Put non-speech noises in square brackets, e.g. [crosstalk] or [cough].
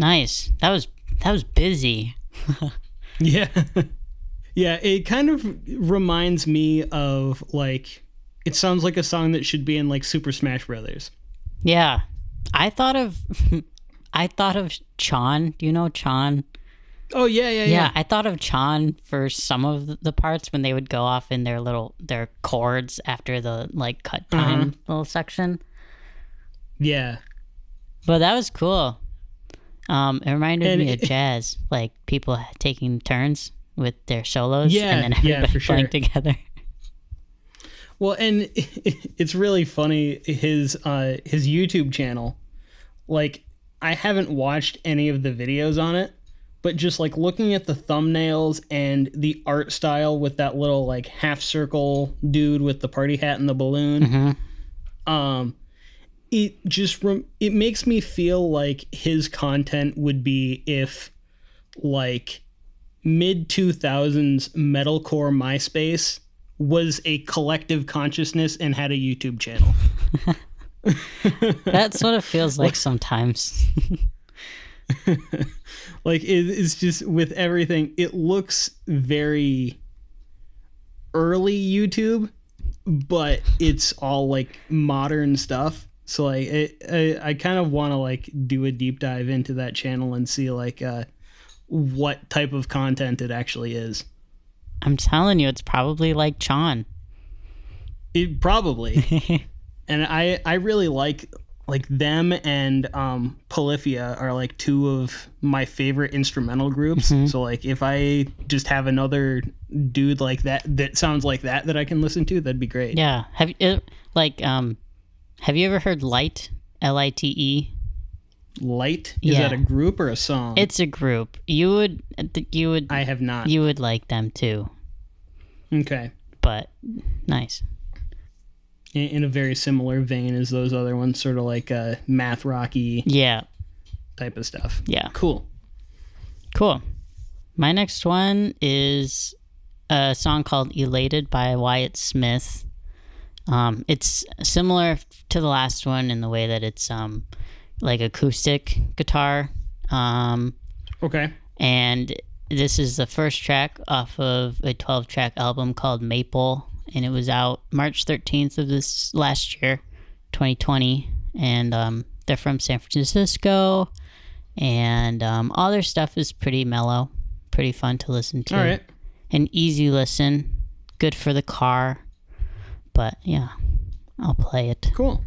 Nice. That was that was busy. Yeah. [laughs] yeah, it kind of reminds me of like it sounds like a song that should be in like Super Smash Brothers. Yeah. I thought of [laughs] I thought of Chan. Do you know Chan? Oh yeah, yeah, yeah. Yeah, I thought of Chan for some of the parts when they would go off in their little their chords after the like cut Mm-hmm. time little section. Yeah. But that was cool. Um, it reminded And me of it- jazz, like people taking turns with their solos Yeah, and then yeah, everybody for playing sure. [laughs] together. Well, and [laughs] it's really funny his uh his YouTube channel. Like I haven't watched any of the videos on it, but just like looking at the thumbnails and the art style with that little like half circle dude with the party hat and the balloon. Mhm. Um it just rem- it makes me feel like his content would be if like mid 2000s metalcore MySpace was a collective consciousness and had a YouTube channel. That's what it feels like sometimes. [laughs] Like it, it's just with everything, it looks very early YouTube, but it's all like modern stuff. So like it, I, I kind of want to like do a deep dive into that channel and see like uh, what type of content it actually is. I'm telling you, it's probably like Chan. [laughs] It probably. and I I really like like them and um Polyphia are like two of my favorite instrumental groups. Mm-hmm. So like if I just have another dude like that that sounds like that that I can listen to, that'd be great. Yeah. Have you it, like um have you ever heard Light? L I T E. Light is Yeah. that a group or a song? It's a group. You would uh, you would I uh, have not. you would like them too. okay. But nice. In, in a very similar vein as those other ones, sort of like uh math rocky Yeah. type of stuff. Yeah. Cool. Cool. My next one is a song called Elated by Wyatt Smith. Um, it's similar to the last one in the way that it's um, like acoustic guitar. Um, Okay. and this is the first track off of a 12 track album called Maple. And it was out March 13th of this last year, 2020. And um, they're from San Francisco. And um, all their stuff is pretty mellow, pretty fun to listen to. All right. An easy listen, good for the car. But yeah, I'll play it. Cool.